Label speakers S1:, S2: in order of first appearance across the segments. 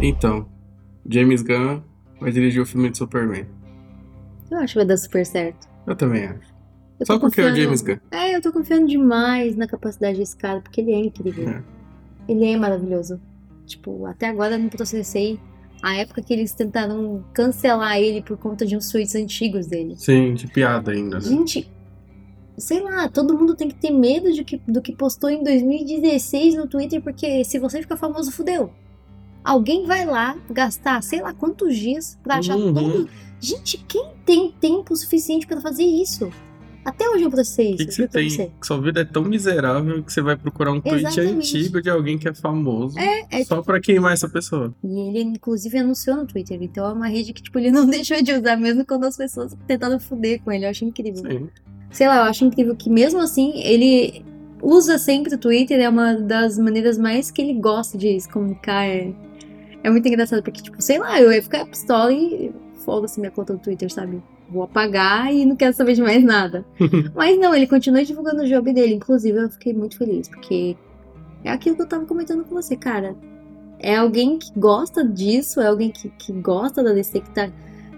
S1: Então, James Gunn vai dirigir o filme de Superman.
S2: Eu acho que vai dar super certo.
S1: Eu também acho.
S2: Eu
S1: Só
S2: tô
S1: porque é o
S2: confiando-
S1: James Gunn.
S2: É, eu tô confiando demais na capacidade desse cara, porque ele é incrível.
S1: É.
S2: Ele é maravilhoso. Tipo, até agora eu não processei a época que eles tentaram cancelar ele por conta de uns tweets antigos dele.
S1: Sim, de piada ainda, né?
S2: Gente, sei lá, todo mundo tem que ter medo de que, do que postou em 2016 no Twitter, porque se você ficar famoso, fudeu. Alguém vai lá gastar sei lá quantos dias pra achar
S1: Uhum.
S2: tudo. Gente, quem tem tempo suficiente pra fazer isso? Até hoje eu processei
S1: O
S2: isso.
S1: que, que você
S2: juro pra
S1: tem? Que sua vida é tão miserável que você vai procurar um tweet
S2: Exatamente.
S1: antigo de alguém que é famoso
S2: É, é
S1: só pra queimar essa pessoa.
S2: E ele, inclusive, anunciou no Twitter. Então é uma rede que, tipo, ele não deixou de usar, mesmo quando as pessoas tentaram foder com ele. Eu acho incrível.
S1: Sim.
S2: Sei lá, eu acho incrível que, mesmo assim, ele usa sempre o Twitter. É uma das maneiras mais que ele gosta de se comunicar. É, é muito engraçado, porque, tipo, sei lá, eu ia ficar pistola e foda-se minha conta do Twitter, sabe? Vou apagar e não quero saber de mais nada. Mas não, ele continua divulgando o job dele. Inclusive, eu fiquei muito feliz, porque é aquilo que eu tava comentando com você, cara. É alguém que gosta disso, é alguém que, que gosta da DC, que tá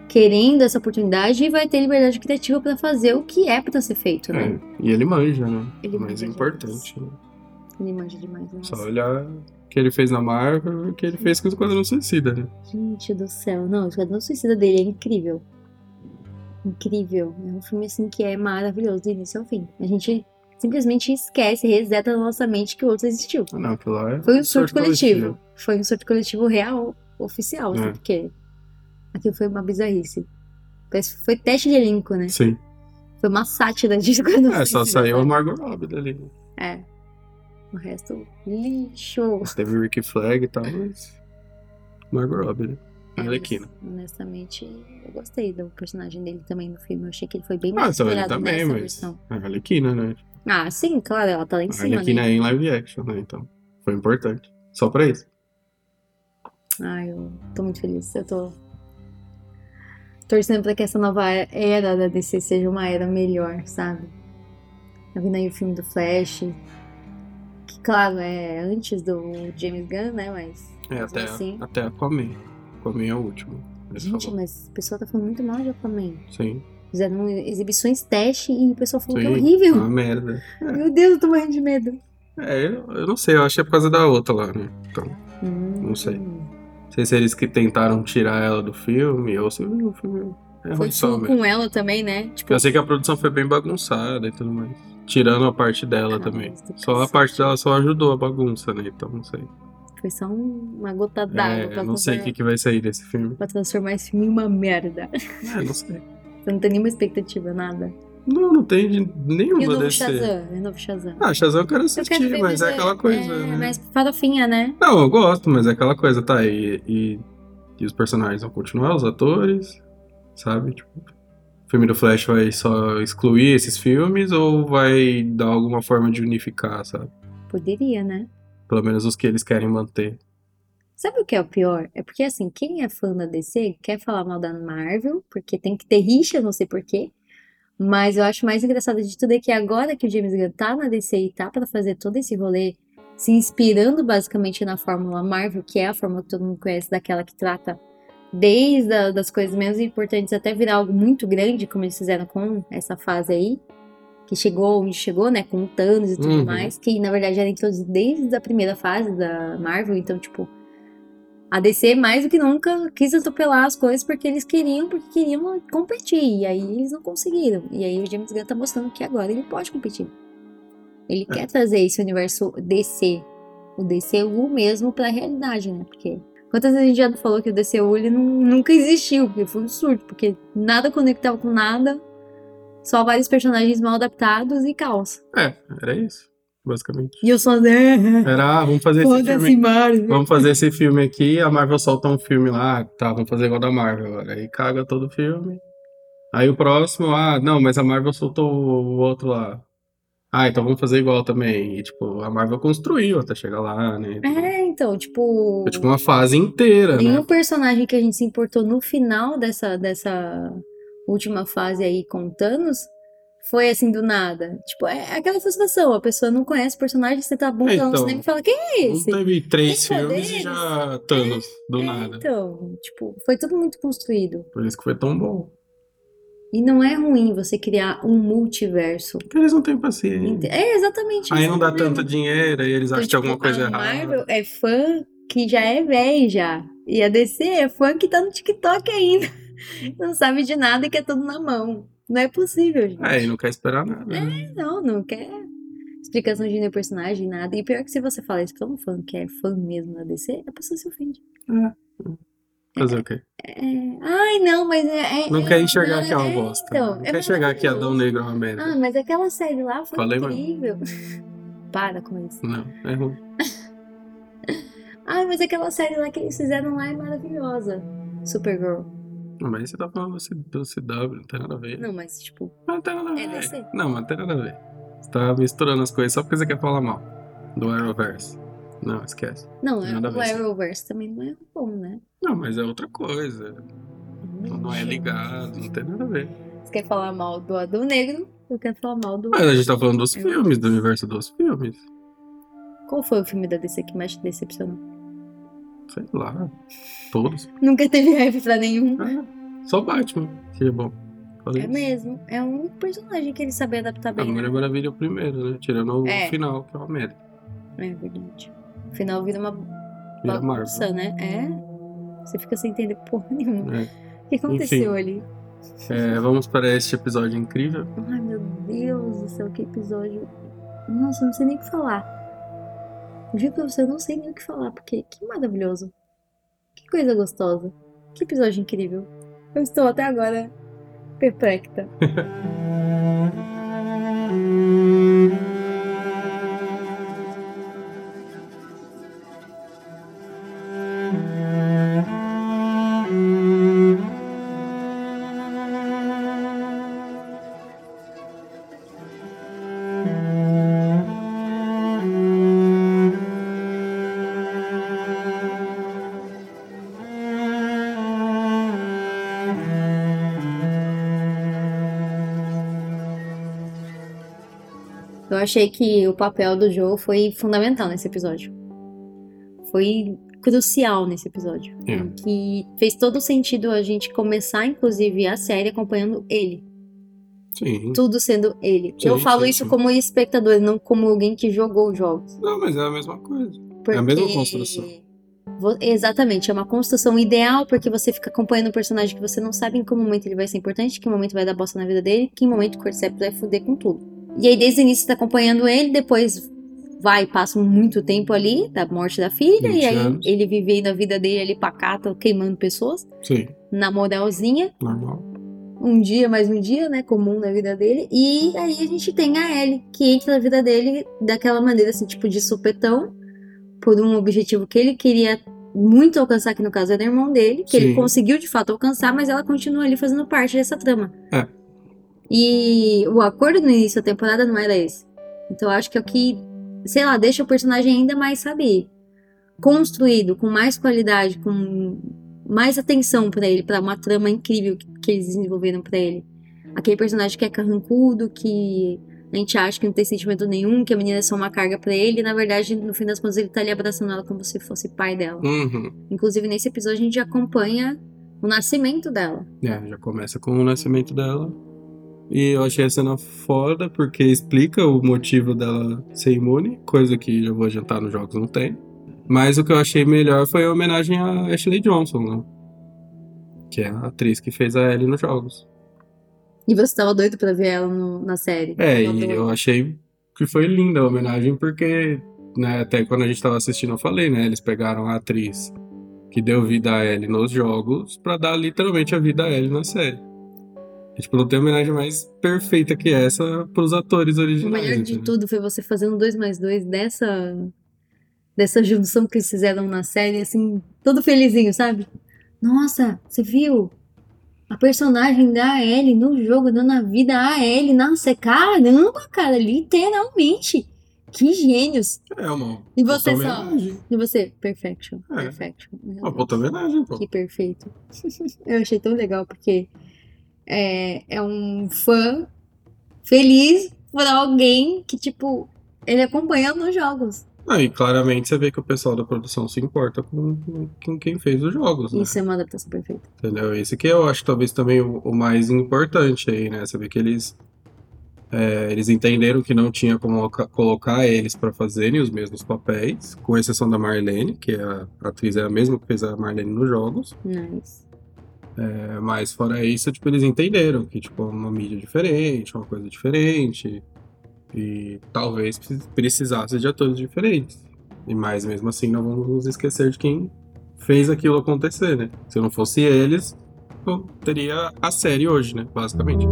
S2: querendo essa oportunidade e vai ter liberdade criativa pra fazer o que é pra ser feito, né?
S1: É, E ele manja, né?
S2: Ele
S1: Mas
S2: manja
S1: é importante. né?
S2: Ele manja demais, né?
S1: Só olhar o que ele fez na Marvel e o que ele fez com o Esquadrão Suicida, né?
S2: Gente do céu, não, o Esquadrão Suicida dele é incrível. Incrível. É um filme assim que é maravilhoso do início ao fim. A gente simplesmente esquece, reseta na nossa mente que o outro existiu.
S1: Ah, Não, aquilo lá é
S2: Foi um surto coletivo. Foi um surto coletivo real, oficial, assim,
S1: É.
S2: porque aquilo foi uma bizarrice. Parece que Foi teste de elenco, né?
S1: Sim.
S2: Foi uma sátira de Esquadrão
S1: É, só
S2: Suicida, né?
S1: saiu a
S2: sabe?
S1: Margot Robbie dali.
S2: É. O resto, lixo.
S1: Teve o Rick Flag e tal, mas. Margot Robbie, né?
S2: É, mas,
S1: Arlequina.
S2: honestamente, eu gostei do personagem dele também no filme. Eu achei que ele foi bem
S1: Ah,
S2: mais
S1: então ele
S2: explorado
S1: também,
S2: nessa
S1: mas.
S2: versão.
S1: É a Arlequina, né?
S2: Ah, sim, claro, ela tá lá em
S1: A
S2: cima,
S1: Arlequina
S2: né?
S1: é em live action, né? Então. Foi importante. Só pra isso.
S2: Ah, eu tô muito feliz. Eu tô torcendo pra que essa nova era da DC seja uma era melhor, sabe? Tá vindo aí o filme do Flash, que, claro, é antes do James Gunn, né? Mas.
S1: É,
S2: mesmo
S1: até,
S2: assim.
S1: até a Comem. Comem é o último. Mas
S2: Gente,
S1: falou.
S2: mas o pessoal tá falando muito mal de Aquaman.
S1: Sim.
S2: Fizeram exibições teste e o pessoal falou
S1: Sim. Ah.
S2: que é horrível.
S1: Uma merda.
S2: Meu Deus, eu tô morrendo de medo.
S1: É, eu, eu não sei, eu acho que é por causa da outra lá, né? Então. Não sei.
S2: Hum.
S1: Não sei se eles que tentaram tirar ela do filme ou se o filme é
S2: Foi
S1: ruim só
S2: tipo
S1: mesmo.
S2: com ela também, né? Tipo,
S1: Eu sei que a produção foi bem bagunçada e tudo mais. Tirando a parte dela
S2: Cara,
S1: também.
S2: mas do
S1: Só a
S2: cacete.
S1: parte dela só ajudou a bagunça, né? Então não sei.
S2: foi só um- uma gota
S1: É,
S2: d'água
S1: eu
S2: pra,
S1: não sei o que,
S2: transformar-
S1: que vai sair desse filme.
S2: pra transformar esse filme em uma merda.
S1: É, não sei.
S2: Você não tem nenhuma expectativa, nada.
S1: Não, não tem de
S2: E o
S1: nenhuma
S2: novo
S1: desse.
S2: Shazam? E o novo Shazam?
S1: Ah, Shazam eu quero
S2: Eu
S1: assistir,
S2: quero ver,
S1: mas é
S2: é-
S1: aquela coisa,
S2: é,
S1: né?
S2: Mas farofinha, né?
S1: Não, eu gosto, mas é aquela coisa, tá? E, e, e os personagens vão continuar, os atores, sabe? Tipo, o filme do Flash vai só excluir esses filmes ou vai dar alguma forma de unificar, sabe?
S2: Poderia, né?
S1: Pelo menos os que eles querem manter.
S2: Sabe o que é o pior? É porque, assim, quem é fã da DC quer falar mal da Marvel, porque tem que ter rixa, não sei porquê. Mas eu acho mais engraçado de tudo é que agora que o James Gunn tá na DC e tá pra fazer todo esse rolê, se inspirando basicamente na fórmula Marvel, que é a fórmula que todo mundo conhece, daquela que trata desde a, das coisas menos importantes até virar algo muito grande, como eles fizeram com essa fase aí, que chegou onde chegou, né, com o Thanos e tudo
S1: Uhum.
S2: mais, que na verdade era introduzido desde a primeira fase da Marvel, então, tipo, a DC mais do que nunca quis atropelar as coisas porque eles queriam, porque queriam competir, e aí eles não conseguiram. E aí o James Gunn tá mostrando que agora ele pode competir. Ele
S1: É.
S2: quer trazer esse universo DC, o DCU mesmo pra realidade, né, porque... Quantas vezes a gente já falou que o DCU ele nu- nunca existiu, porque foi um surto, porque nada conectava com nada, só vários personagens mal adaptados e caos.
S1: É, era isso, basicamente.
S2: E eu só é,
S1: Era, ah, vamos fazer esse
S2: foda-se
S1: filme.
S2: Marvel.
S1: Vamos fazer esse filme aqui, a Marvel solta um filme lá, tá, vamos fazer igual da Marvel agora. Aí caga todo o filme. Aí o próximo, ah, não, mas a Marvel soltou o outro lá. Ah, então vamos fazer igual também. E tipo, a Marvel construiu até chegar lá, né?
S2: É, então, tipo,
S1: Foi tipo uma fase inteira,
S2: nenhum
S1: né?
S2: um personagem que a gente se importou no final dessa, dessa última fase aí com o Thanos foi assim do nada. Tipo, é aquela frustração. A pessoa não conhece o personagem, você tá bom
S1: É,
S2: então, no
S1: então.
S2: cinema e fala, quem é
S1: Não
S2: esse?
S1: teve três
S2: Tem
S1: filmes e já Thanos, do
S2: É,
S1: nada.
S2: Então, tipo, foi tudo muito construído.
S1: Por isso que foi tão bom.
S2: E não é ruim você criar um multiverso.
S1: Porque eles não têm paciência.
S2: Ente- É exatamente
S1: Aí
S2: isso.
S1: não dá tanto
S2: de
S1: dinheiro, aí eles acham que alguma coisa
S2: tipo, Então, a Marvel
S1: errada.
S2: é fã que já é velho já. E a DC é fã que tá no TikTok ainda. Não sabe de nada e quer tudo na mão. Não é possível, gente.
S1: Aí não quer esperar nada. né?
S2: Não, não quer explicação de nenhum personagem, nada. E pior que se você fala isso pra um fã que é fã mesmo da DC, a pessoa se ofende.
S1: Fazer o quê?
S2: É, Ai, não, mas é. é-
S1: Não
S2: é-
S1: quer enxergar
S2: não,
S1: que é uma
S2: é,
S1: bosta.
S2: então,
S1: não
S2: é
S1: quer enxergar que Adão
S2: maravilhoso.
S1: Negro é uma merda.
S2: Ah, mas aquela série lá foi
S1: Falei, mano.
S2: incrível. Para com isso.
S1: Não, é ruim.
S2: Ai, mas aquela série lá que eles fizeram lá é maravilhosa. Supergirl.
S1: Não, mas aí você tá falando do C- do CW, não tem nada a ver.
S2: Não, mas tipo,
S1: Mas não tem nada a ver.
S2: É DC.
S1: Não, mas não tem nada a ver. Você tá misturando as coisas só porque você quer falar mal do Arrowverse. Não, esquece.
S2: não, é
S1: Nada a
S2: o
S1: ver, sim.
S2: Arrowverse também não é bom, né?
S1: Não, mas é outra coisa. Não não é ligado, não tem nada a ver.
S2: Você quer falar mal do Adão Negro? Eu quero falar mal do.
S1: Mas a gente tá falando dos
S2: Eu-
S1: filmes, do universo dos filmes.
S2: Qual foi o filme da DC que mais te decepcionou?
S1: Sei lá. Todos.
S2: Nunca teve hype pra nenhum.
S1: Ah, só Batman. Seria bom. Falei
S2: É
S1: isso.
S2: mesmo. É o único personagem que ele sabia adaptar
S1: A
S2: bem.
S1: Mulher
S2: né?
S1: Maravilha é o primeiro, né? Tirando o
S2: É.
S1: final, que é uma merda.
S2: É verdade. No final vira uma
S1: Vira Marvel.
S2: bagunça, né? É. Você fica sem entender porra
S1: É.
S2: nenhuma. O que aconteceu ali?
S1: É, vamos para este episódio incrível.
S2: Ai, meu Deus do céu, que episódio. Nossa, eu não sei nem o que falar. Eu Juro pra você, eu não sei nem o que falar, porque que maravilhoso. Que coisa gostosa. Que episódio incrível. Eu estou até agora perplexa. Eu achei que o papel do Joe foi fundamental nesse episódio. Foi crucial nesse episódio.
S1: É.
S2: Que fez todo sentido a gente começar, inclusive, a série acompanhando ele.
S1: Sim.
S2: Tudo sendo ele.
S1: Sim,
S2: Eu falo
S1: sim,
S2: isso
S1: sim.
S2: como espectador, não como alguém que jogou os jogos.
S1: Não, mas é a mesma coisa.
S2: Porque...
S1: É a mesma construção.
S2: Vo- Exatamente, é uma construção ideal porque você fica acompanhando um personagem que você não sabe em que momento ele vai ser importante, que momento vai dar bosta na vida dele, que momento o Cordyceps vai foder com tudo. E aí, desde o início, você tá acompanhando ele, depois vai, passa um muito tempo ali, da morte da filha,
S1: 20
S2: e aí
S1: anos.
S2: ele vivendo a vida dele ali pacata, queimando pessoas,
S1: Sim,
S2: na moralzinha,
S1: normal.
S2: um dia mais um dia, né, comum na vida dele. E aí a gente tem a Ellie, que entra na vida dele daquela maneira, assim, tipo de supetão, por um objetivo que ele queria muito alcançar, que no caso era o irmão dele, que ele
S1: Sim.
S2: conseguiu de fato alcançar, mas ela continua ali fazendo parte dessa trama.
S1: É.
S2: E o acordo no início da temporada não era esse. Então eu acho que é o que, sei lá, deixa o personagem ainda mais, sabe, construído, com mais qualidade, com mais atenção pra ele, pra uma trama incrível que, que eles desenvolveram pra ele. Aquele personagem que é carrancudo, que a gente acha que não tem sentimento nenhum, que a menina é só uma carga pra ele, e na verdade, no fim das contas, ele tá ali abraçando ela como se fosse pai dela.
S1: Uhum.
S2: Inclusive, nesse episódio, a gente acompanha o nascimento dela.
S1: É, já começa com o nascimento dela. E eu achei a cena foda porque explica o motivo dela ser imune, coisa que eu vou adiantar nos jogos não tem. Mas o que eu achei melhor foi a homenagem a Ashley Johnson, né? Que é a atriz que fez a Ellie nos jogos.
S2: E você tava doido pra ver ela no- na série.
S1: É,
S2: Tava
S1: e
S2: doido.
S1: eu achei que foi linda a homenagem, porque né, até quando a gente tava assistindo eu falei, né? Eles pegaram a atriz que deu vida a Ellie nos jogos pra dar literalmente a vida a Ellie na série. E, tipo, não tem homenagem mais perfeita que essa pros atores
S2: O
S1: originais.
S2: melhor de
S1: entendeu?
S2: tudo foi você fazendo dois mais dois dessa, dessa junção que eles fizeram na série, assim, todo felizinho, sabe? Nossa, você viu? A personagem da Ellie no jogo dando a vida a Ellie. Nossa, caramba, cara, literalmente. Que gênios.
S1: É uma
S2: E você
S1: puta
S2: só?
S1: homenagem.
S2: E você? Perfection.
S1: É.
S2: Perfection. Meu
S1: Uma
S2: Deus.
S1: puta homenagem, pô.
S2: Que perfeito. Eu achei tão legal porque é, é um fã feliz por alguém que, tipo, ele acompanha nos jogos.
S1: Ah, e claramente você vê que o pessoal da produção se importa com, com- com quem fez os jogos, né?
S2: Isso é uma adaptação perfeita.
S1: Entendeu? Esse que eu acho talvez também o, o mais importante aí, né? Você vê que eles, é, eles entenderam que não tinha como loca- colocar eles pra fazerem os mesmos papéis, com exceção da Marlene, que a, a atriz é a mesma que fez a Marlene nos jogos.
S2: Nice.
S1: É, mas fora isso, tipo, eles entenderam que tipo, é uma mídia diferente, uma coisa diferente. E talvez precis- precisasse de atores diferentes. E mais mesmo assim, não vamos nos esquecer de quem fez aquilo acontecer, né? Se não fosse eles, não teria a série hoje, né? Basicamente.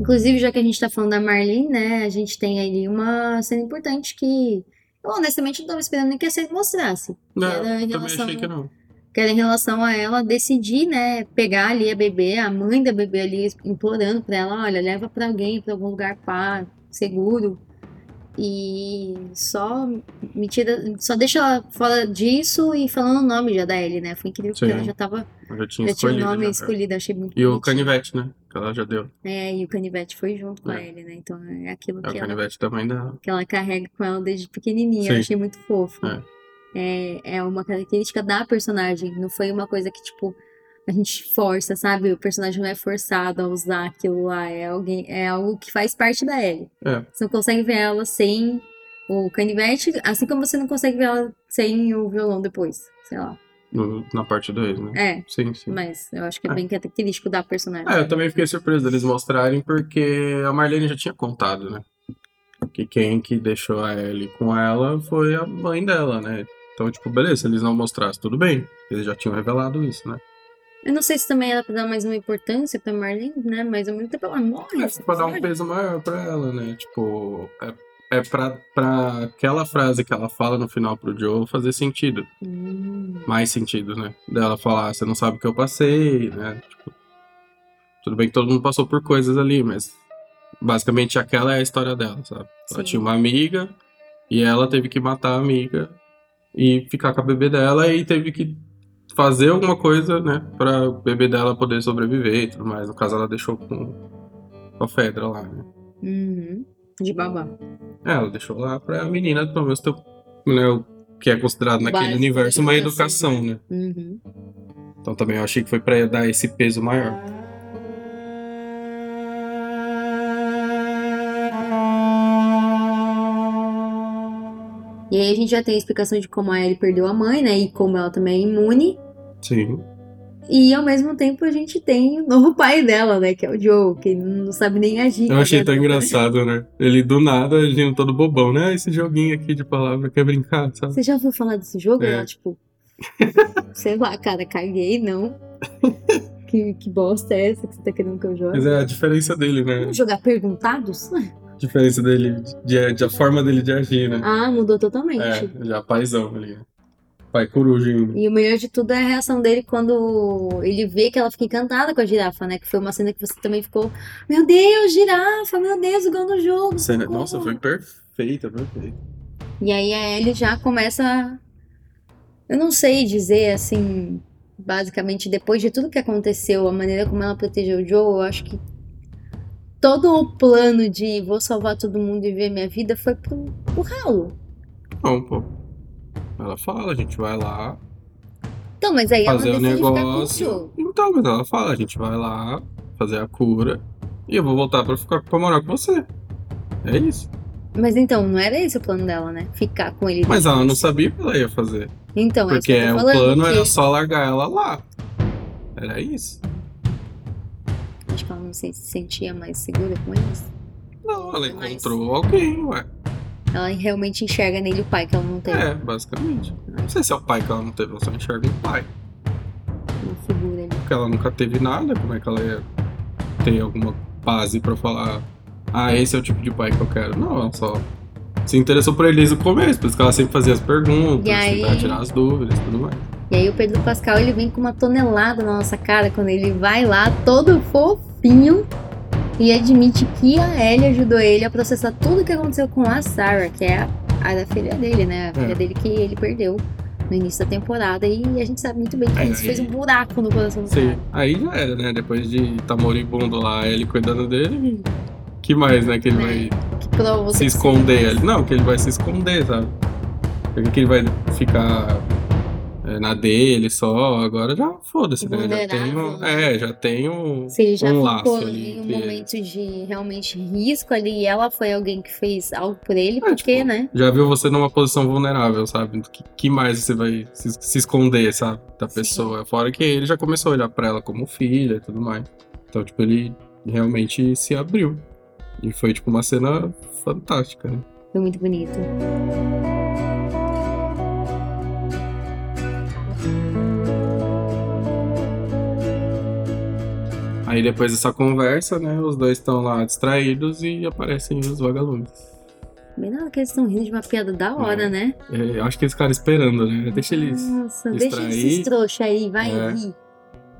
S2: Inclusive, já que a gente tá falando da Marlene, né? A gente tem ali uma cena importante que eu honestamente não tava esperando nem que a série mostrasse. Que
S1: Não,
S2: era né? em
S1: também
S2: relação,
S1: achei que não.
S2: que era em relação a ela decidir, né? Pegar ali a bebê, a mãe da bebê ali implorando pra ela: olha, leva pra alguém, pra algum lugar pá, seguro. E só me tira, só deixa ela fora disso e falando o nome já da Ellie, né? Foi incrível porque
S1: Sim.
S2: ela já tava.
S1: Eu já tinha
S2: Já tinha o
S1: escolhido.
S2: nome
S1: já. é.
S2: escolhido, achei muito
S1: E o
S2: bonitinho.
S1: canivete, né? Que ela já deu.
S2: É, e o canivete foi junto com
S1: É.
S2: a Ellie, né? Então é aquilo
S1: É o
S2: que, ela,
S1: canivete também da.
S2: que ela carrega com ela desde pequenininha. Eu
S1: Sim.
S2: achei muito fofo. É. é uma característica da personagem. Não foi uma coisa que, tipo, a gente força, sabe? O personagem não é forçado a usar aquilo lá. É, alguém, é algo que faz parte da Ellie.
S1: É.
S2: Você não consegue ver ela sem o canivete, assim como você não consegue ver ela sem o violão depois. Sei lá.
S1: no- na parte 2, né?
S2: É,
S1: Sim, sim.
S2: mas eu acho que é
S1: É.
S2: bem característico da personagem.
S1: É, eu também fiquei surpreso deles mostrarem, porque a Marlene já tinha contado, né? Que quem que deixou a Ellie com ela foi a mãe dela, né? Então, tipo, beleza, se eles não mostrassem, tudo bem. Eles já tinham revelado isso, né?
S2: Eu não sei se também era pra dar mais uma importância pra Marlene, né? Mas ao mesmo tempo ela morre.
S1: É,
S2: nesse
S1: pra dar um
S2: episódio.
S1: peso maior pra ela, né? Tipo, é, é pra, pra aquela frase que ela fala no final pro Joe fazer sentido.
S2: Hum,
S1: Mais sentido, né? Dela falar, você não sabe o que eu passei, né? Tipo, tudo bem que todo mundo passou por coisas ali, mas basicamente aquela é a história dela, sabe? Ela
S2: sim.
S1: tinha uma amiga e ela teve que matar a amiga e ficar com a bebê dela e teve que fazer alguma coisa, né, pra bebê dela poder sobreviver e tudo mais. No caso, ela deixou com, com a Fedra lá, né?
S2: Uhum. De babá.
S1: É, ela deixou lá pra menina, pelo menos, ter, né, o que é considerado naquele
S2: Básico,
S1: universo uma
S2: educação.
S1: educação, né?
S2: Uhum.
S1: Então também eu achei que foi pra dar esse peso maior.
S2: E aí a gente já tem a explicação de como a Ellie perdeu a mãe, né? E como ela também é imune.
S1: Sim.
S2: E ao mesmo tempo a gente tem o novo pai dela, né? Que é o Joe, que não sabe nem agir.
S1: Eu achei
S2: né?
S1: tão engraçado, né? Ele do nada, ele é um todo bobão, né? Ah, Esse joguinho aqui de palavra quer brincar, sabe?
S2: Você já ouviu falar desse jogo?
S1: É.
S2: Ela, tipo, sei lá, cara, caguei, não. que, que bosta é essa que você tá querendo que eu jogue?
S1: Mas é a diferença dele, né?
S2: Vamos jogar perguntados?
S1: A diferença dele, de, de a forma dele de agir, né?
S2: Ah, mudou totalmente.
S1: É, já paizão ali. Pai coruja ainda.
S2: E o melhor de tudo é a reação dele quando ele vê que ela fica encantada com a girafa, né? Que foi uma cena que você também ficou, meu Deus, girafa, meu Deus, o gol no jogo.
S1: Cena-
S2: socorro."
S1: Nossa, foi perfeita, perfeita.
S2: E aí a Ellie já começa. Eu não sei dizer assim. Basicamente, depois de tudo que aconteceu, a maneira como ela protegeu o Joe, eu acho que todo o plano de vou salvar todo mundo e ver minha vida foi pro, pro ralo.
S1: Não, pô. Ela fala, a gente vai lá
S2: Então, mas aí
S1: fazer
S2: ela
S1: o
S2: decide ficar com o
S1: negócio.
S2: Joe.
S1: Então, mas ela fala, a gente vai lá fazer a cura e eu vou voltar pra, ficar, pra morar com você. É isso.
S2: Mas então, não era esse o plano dela, né? Ficar com ele.
S1: Mas ela não sabia o que ela ia fazer.
S2: Então,
S1: Porque
S2: é isso que eu
S1: o
S2: tô falando,
S1: plano
S2: que-
S1: era só largar ela lá. Era isso.
S2: Acho que ela não se sentia mais segura com eles.
S1: Não, ela
S2: Mas-
S1: encontrou alguém, ué.
S2: Ela realmente enxerga nele o pai que ela não teve.
S1: É, basicamente. Não sei se é o pai que ela não teve, ela só enxerga o pai.
S2: Uma figura ali.
S1: Porque ela nunca teve nada, como é que ela ia ter alguma base pra falar, ah, esse é o tipo de pai que eu quero. Não, ela só se interessou por ele desde o começo, por isso que ela sempre fazia as perguntas,
S2: E aí-
S1: tentava tirar as dúvidas e tudo mais.
S2: E aí o Pedro Pascal, ele vem com uma tonelada na nossa cara quando ele vai lá, todo fofinho, e admite que a Ellie ajudou ele a processar tudo que aconteceu com a Sarah, que é a- a da filha dele, né? A filha
S1: É.
S2: dele que ele perdeu no início da temporada. E a gente sabe muito bem que
S1: É,
S2: isso
S1: aí-
S2: fez um buraco no coração do
S1: Sim,
S2: cara.
S1: aí já era, né? Depois de tá moribundo lá, ele cuidando dele. Que mais, né? Que ele
S2: Né?
S1: vai
S2: Que prova você
S1: se
S2: que-
S1: esconder ali. Não, que ele vai se esconder, sabe? Porque que ele vai ficar é, na dele só, agora já foda-se, né? Já tem
S2: Vulnerável,
S1: um,
S2: né?
S1: é, já tem um.
S2: Se ele já
S1: um
S2: ficou
S1: laço
S2: ali
S1: ali
S2: em um
S1: entre
S2: momento de realmente risco ali, e ela foi alguém que fez algo por ele, porque,
S1: tipo,
S2: né?
S1: Já viu você numa posição vulnerável, sabe? Que, que mais você vai se, se esconder, sabe? Da
S2: Sim.
S1: pessoa. Fora que ele já começou a olhar pra ela como filha e tudo mais. Então, tipo, ele realmente se abriu. E foi, tipo, uma cena fantástica, né?
S2: Foi muito bonito.
S1: Aí depois dessa conversa, né? Os dois estão lá distraídos e aparecem os vagalumes.
S2: Bem na hora que eles estão rindo de uma piada da hora,
S1: É.
S2: né?
S1: É, Eu acho que eles ficaram esperando, né? Deixa eles.
S2: Nossa, deixa esses
S1: distrair.
S2: trouxa aí, vai
S1: É.
S2: rir.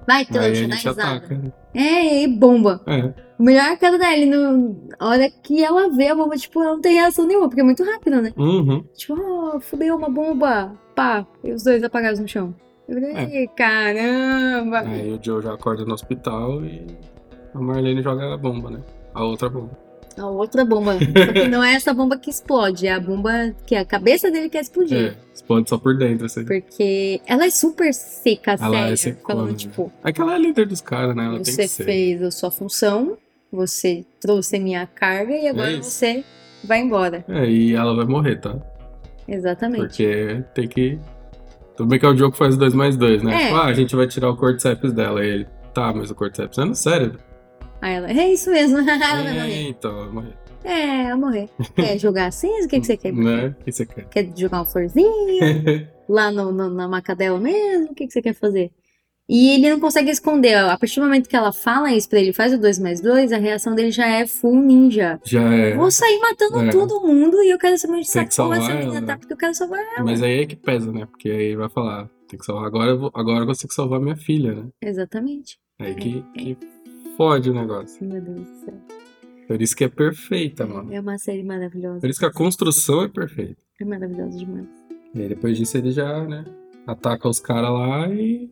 S2: Vai,
S1: Aí a
S2: trouxa, dá
S1: gente
S2: risada.
S1: ataca. né?
S2: É, e bomba.
S1: É,
S2: O melhor cara dele, no... a hora que ela vê a bomba, tipo, ela não tem reação nenhuma, porque é muito rápido, né?
S1: uhum.
S2: Tipo, ó, fudeu uma bomba, pá, e os dois apagados no chão. Eu
S1: É.
S2: falei, caramba.
S1: Aí o Joe já acorda no hospital e a Marlene joga a bomba, né? A outra bomba.
S2: A Tá, outra bomba. Só que não é essa bomba que explode, é a bomba que a cabeça dele quer explodir.
S1: É, explode só por dentro, assim.
S2: Porque ela é super seca,
S1: Ela é
S2: sério.
S1: secona,
S2: falando,
S1: né?
S2: tipo,
S1: É que ela é líder dos caras, né? Ela tem
S2: você
S1: que ser.
S2: fez a sua função, você trouxe a minha carga e agora
S1: É isso.
S2: você vai embora.
S1: É, e ela vai morrer, tá?
S2: Exatamente.
S1: Porque tem que. Tudo bem que é o jogo que faz dois mais dois, né?
S2: É.
S1: Tipo, ah, a gente vai tirar o Cordyceps dela. E ele, tá, mas o Cordyceps é no cérebro.
S2: Aí ela, é isso mesmo, ela vai
S1: é,
S2: morrer.
S1: então, vai morrer.
S2: É, ela morrer. Quer jogar cinza? O que, que você quer?
S1: Né? O que você quer?
S2: Quer jogar um florzinho lá no, no- na maca dela mesmo? O que, que você quer fazer? E ele não consegue esconder. A partir do momento que ela fala isso pra ele, faz o 2 mais 2, a reação dele já é full ninja.
S1: Já é.
S2: Vou sair matando
S1: É.
S2: todo mundo e eu quero saber onde
S1: Tem
S2: essa
S1: que
S2: porra
S1: salvar
S2: essa menina
S1: ela,
S2: tá,
S1: né?
S2: porque eu quero salvar ela.
S1: Mas aí é que pesa, né? Porque aí vai falar, tem que salvar agora, eu vou- agora eu consigo salvar minha filha, né?
S2: Exatamente.
S1: Aí
S2: É.
S1: que, que fode o negócio.
S2: Meu Deus do céu.
S1: Por isso que é perfeita, mano.
S2: É uma série maravilhosa.
S1: Por isso que a construção é perfeita.
S2: É maravilhosa demais.
S1: E aí depois disso ele já, né, ataca os caras lá e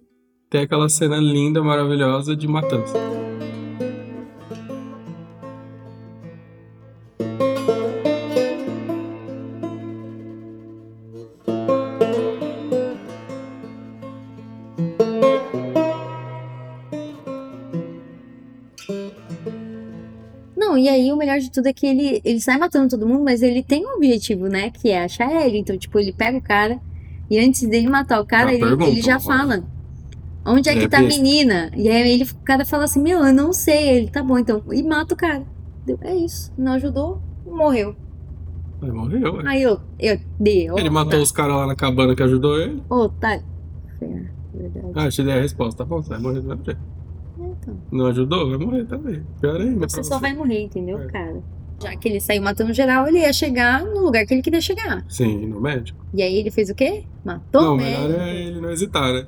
S1: tem aquela cena linda, maravilhosa de matança.
S2: Não, e aí o melhor de tudo é que ele, ele sai matando todo mundo, mas ele tem um objetivo, né? Que é achar ele. Então, tipo, ele pega o cara e antes dele matar o cara,
S1: Já
S2: ele,
S1: pergunta,
S2: ele já
S1: né?
S2: fala. Onde é
S1: Ele
S2: que
S1: é
S2: tá a
S1: besta.
S2: menina? E aí ele, o cara fala assim, meu, eu não sei. Ele, tá bom, então. E mata o cara. Deu, É isso. Não ajudou, morreu.
S1: Aí morreu, ué.
S2: Aí eu, eu dei, ó,
S1: Ele matou os caras lá na cabana que ajudou ele.
S2: otário. É, tá. verdade.
S1: Ah, te dei a resposta. Tá bom, você vai morrer do mesmo jeito.
S2: Então,
S1: Não ajudou? Vai morrer também. Pior ainda.
S2: você
S1: pra
S2: só vai morrer, entendeu,
S1: É.
S2: cara? Já que ele saiu matando geral, ele ia chegar no lugar que ele queria chegar.
S1: Sim, no médico.
S2: E aí ele fez o quê? Matou
S1: não,
S2: o
S1: o
S2: médico.
S1: melhor é ele não hesitar, né?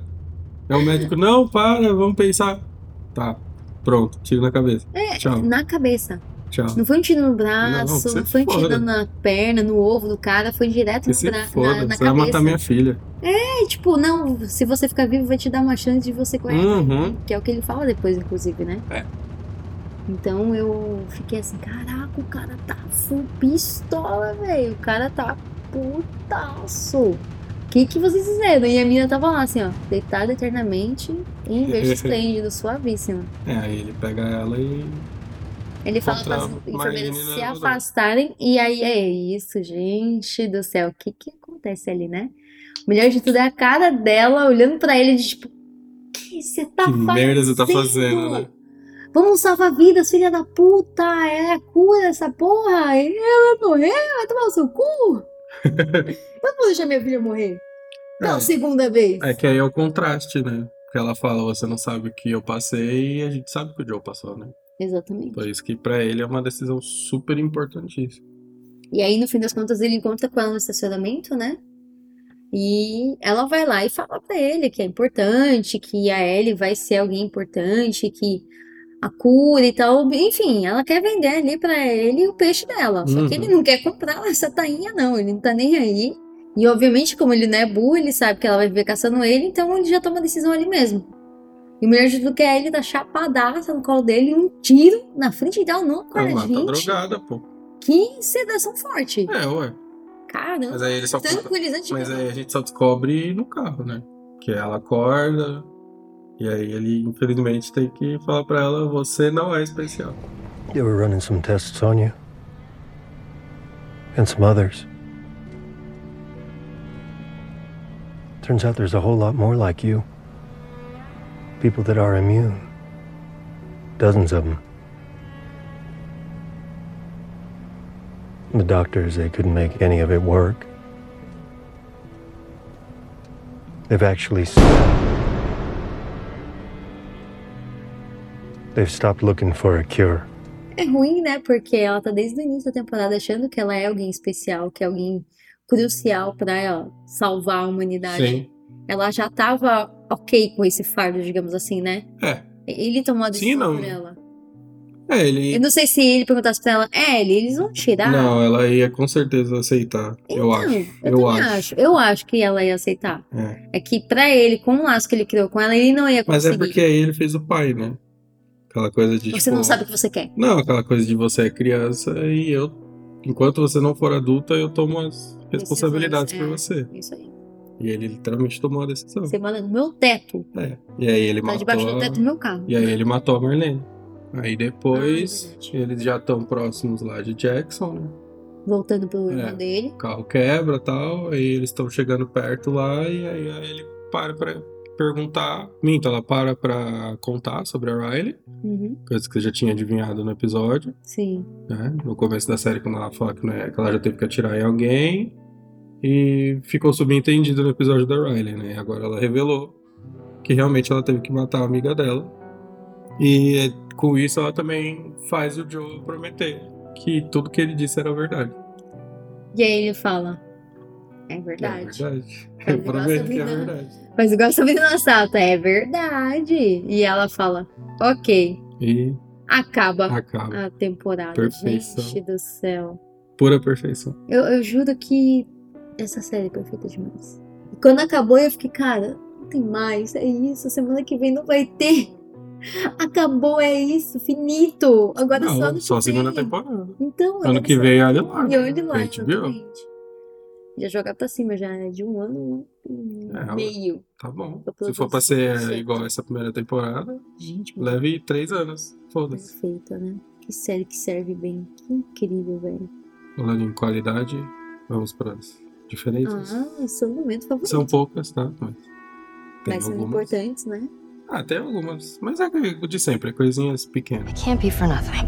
S1: É o médico, não, para, vamos pensar. Tá, pronto, tiro na cabeça. Tchau,
S2: Na cabeça.
S1: tchau.
S2: Não foi um tiro no
S1: Não, que
S2: braço,
S1: se
S2: não, foi um tiro
S1: foda.
S2: na perna, no ovo do cara, foi direto
S1: Que
S2: no
S1: se
S2: bra... na,
S1: foda,
S2: na
S1: você vai matar
S2: cabeça.
S1: minha filha.
S2: É, tipo, não, se você ficar vivo, vai te dar uma chance de você correr.
S1: Uhum.
S2: Que é o que ele fala depois, inclusive, né?
S1: É.
S2: Então eu fiquei assim, caraca, o cara tá full pistola, velho. O cara tá putaço. O que, que vocês fizeram? E a mina tava lá, assim, ó, deitada eternamente, em verde esplêndido, suavíssima.
S1: É, aí ele pega ela e
S2: Ele fala
S1: Contra
S2: para as
S1: a
S2: enfermeiras
S1: Marlene
S2: se
S1: na-
S2: afastarem, e aí é isso, gente do céu. O que que acontece ali, né? O melhor de tudo é a cara dela olhando pra ele, de tipo, que você tá
S1: Que
S2: fazendo?
S1: merda você tá fazendo, né?
S2: Vamos salvar vidas, filha da puta! É a cura essa porra! Ela vai morrer, vai tomar o seu cu! Eu não vou deixar minha filha morrer pela
S1: É.
S2: segunda vez.
S1: É que aí é o contraste, né? Porque ela fala, você não sabe o que eu passei e a gente sabe o que o Joe passou, né?
S2: Exatamente.
S1: Por isso que pra ele é uma decisão super importantíssima.
S2: E aí, no fim das contas, ele encontra com ela no estacionamento, né? E ela vai lá e fala pra ele que é importante, que a Ellie vai ser alguém importante, que a cura e tal. Enfim, ela quer vender ali pra ele o peixe dela. Só
S1: Uhum.
S2: que ele não quer comprar essa tainha, não. Ele não tá nem aí. E obviamente, como ele não é burro, ele sabe que ela vai viver caçando ele, então ele já toma a decisão ali mesmo. E o melhor de tudo que é ele dar chapadaça no colo dele e um tiro na frente dela, não
S1: Ela
S2: cara,
S1: lá, tá
S2: gente.
S1: drogada, pô.
S2: que sedação forte.
S1: É, ué.
S2: Caramba,
S1: Mas aí ele só.
S2: é tranquilizante.
S1: Mas
S2: mesmo.
S1: aí a gente só descobre no carro, né? Que ela acorda. E aí ele, infelizmente, tem que falar pra ela: você não é especial.
S3: They were running some tests on you. And some others. Turns out there's a whole lot more like you. People that are immune. Dozens of them. The doctors, they couldn't make any of it work. They've actually. They've stopped looking for a cure.
S2: É ruim, né? Porque ela tá desde o início da temporada achando que ela é alguém especial, que é alguém crucial pra ó, salvar a humanidade.
S1: Sim.
S2: Ela já tava ok com esse fardo, digamos assim, né?
S1: É.
S2: Ele tomou a
S1: Sim,
S2: decisão
S1: não.
S2: por ela.
S1: É, ele.
S2: Eu não sei se ele perguntasse pra ela, é, ele, eles vão tirar.
S1: Não, ela ia com certeza aceitar, eu
S2: Então,
S1: acho.
S2: Eu,
S1: eu
S2: também
S1: acho.
S2: acho. Eu acho que ela ia aceitar.
S1: É.
S2: É que pra ele, com o laço que ele criou com ela, ele não ia
S1: Mas
S2: conseguir.
S1: é porque aí ele fez o pai, né? Aquela coisa de.
S2: Você
S1: tipo,
S2: não sabe o que você quer.
S1: Não, aquela coisa de você é criança e eu. Enquanto você não for adulta, eu tomo as responsabilidades por
S2: Decisões,
S1: você.
S2: Isso aí.
S1: E ele literalmente tomou a decisão.
S2: é. Você mora no meu teto.
S1: É. E aí ele
S2: Tá
S1: matou.
S2: debaixo do teto do meu carro.
S1: E aí ele matou a Marlene. Aí
S2: Ah,
S1: depois
S2: verdade.
S1: eles já estão próximos lá de Jackson, né?
S2: Voltando pro irmão
S1: É.
S2: dele.
S1: O carro quebra tal, aí eles estão chegando perto lá e aí aí ele para pra perguntar. Minto, ela para pra contar sobre a Riley,
S2: Uhum,
S1: coisa que você já tinha adivinhado no episódio,
S2: Sim.
S1: né? No começo da série, quando ela fala que, né, que ela já teve que atirar em alguém. E ficou subentendido no episódio da Riley, né? E agora ela revelou que realmente ela teve que matar a amiga dela. E eh, com isso ela também faz o Joe prometer que tudo que ele disse era verdade.
S2: E aí ele fala. É
S1: É
S2: verdade.
S1: verdade.
S2: Mas
S1: Eu
S2: eu
S1: prometo
S2: gosto
S1: que é
S2: de-
S1: verdade.
S2: Mas igual sobre na sata, é verdade. E ela fala, ok,
S1: E
S2: acaba
S1: acaba.
S2: a temporada.
S1: Ah, Perfeição.
S2: Gente do céu.
S1: Pura perfeição.
S2: Eu, eu juro que essa série é perfeita demais. E quando acabou, eu fiquei, cara, não tem mais, é isso, semana que vem não vai ter. Acabou, é isso, finito. Agora
S1: Não,
S2: só no que
S1: só a segunda
S2: vem.
S1: temporada.
S2: Então,
S1: Ano
S2: olha
S1: que
S2: só.
S1: vem, olha lá.
S2: E olha lá,
S1: A gente viu.
S2: exatamente. Já jogar pra cima, já é de um ano e
S1: É,
S2: meio.
S1: Tá bom.
S2: Tô
S1: Se for
S2: produzindo
S1: pra ser
S2: certo.
S1: igual essa primeira temporada,
S2: Gente, mas
S1: leve três anos. Foda-se.
S2: perfeita, né? Que série que serve bem. Que incrível, velho.
S1: Falando em qualidade, vamos pras diferentes.
S2: Ah, esse é o momento favorito.
S1: São poucas, tá? Mas tem
S2: Mas são
S1: algumas.
S2: importantes, né?
S1: Ah, tem algumas. Mas é o de sempre, é coisinhas pequenas.
S4: It can't be for nothing.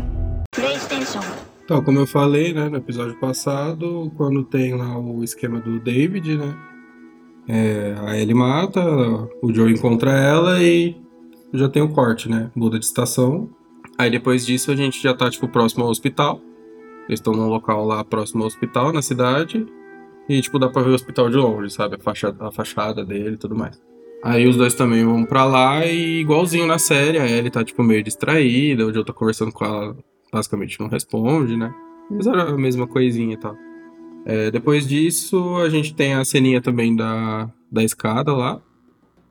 S1: Então, como eu falei, né, no episódio passado, quando tem lá o esquema do David, né? é, aí ele mata, o Joe encontra ela e já tem o corte, né? Muda de estação. Aí depois disso a gente já tá, tipo, próximo ao hospital. Eles estão num local lá próximo ao hospital, na cidade. E, tipo, dá pra ver o hospital de longe, sabe? A fachada, a fachada dele e tudo mais. Aí os dois também vão pra lá e igualzinho na série, a Ellie tá, tipo, meio distraída, o Joe tá conversando com ela basicamente não responde, né? Mas era a mesma coisinha e tal. É, depois disso, a gente tem a ceninha também da, da escada lá,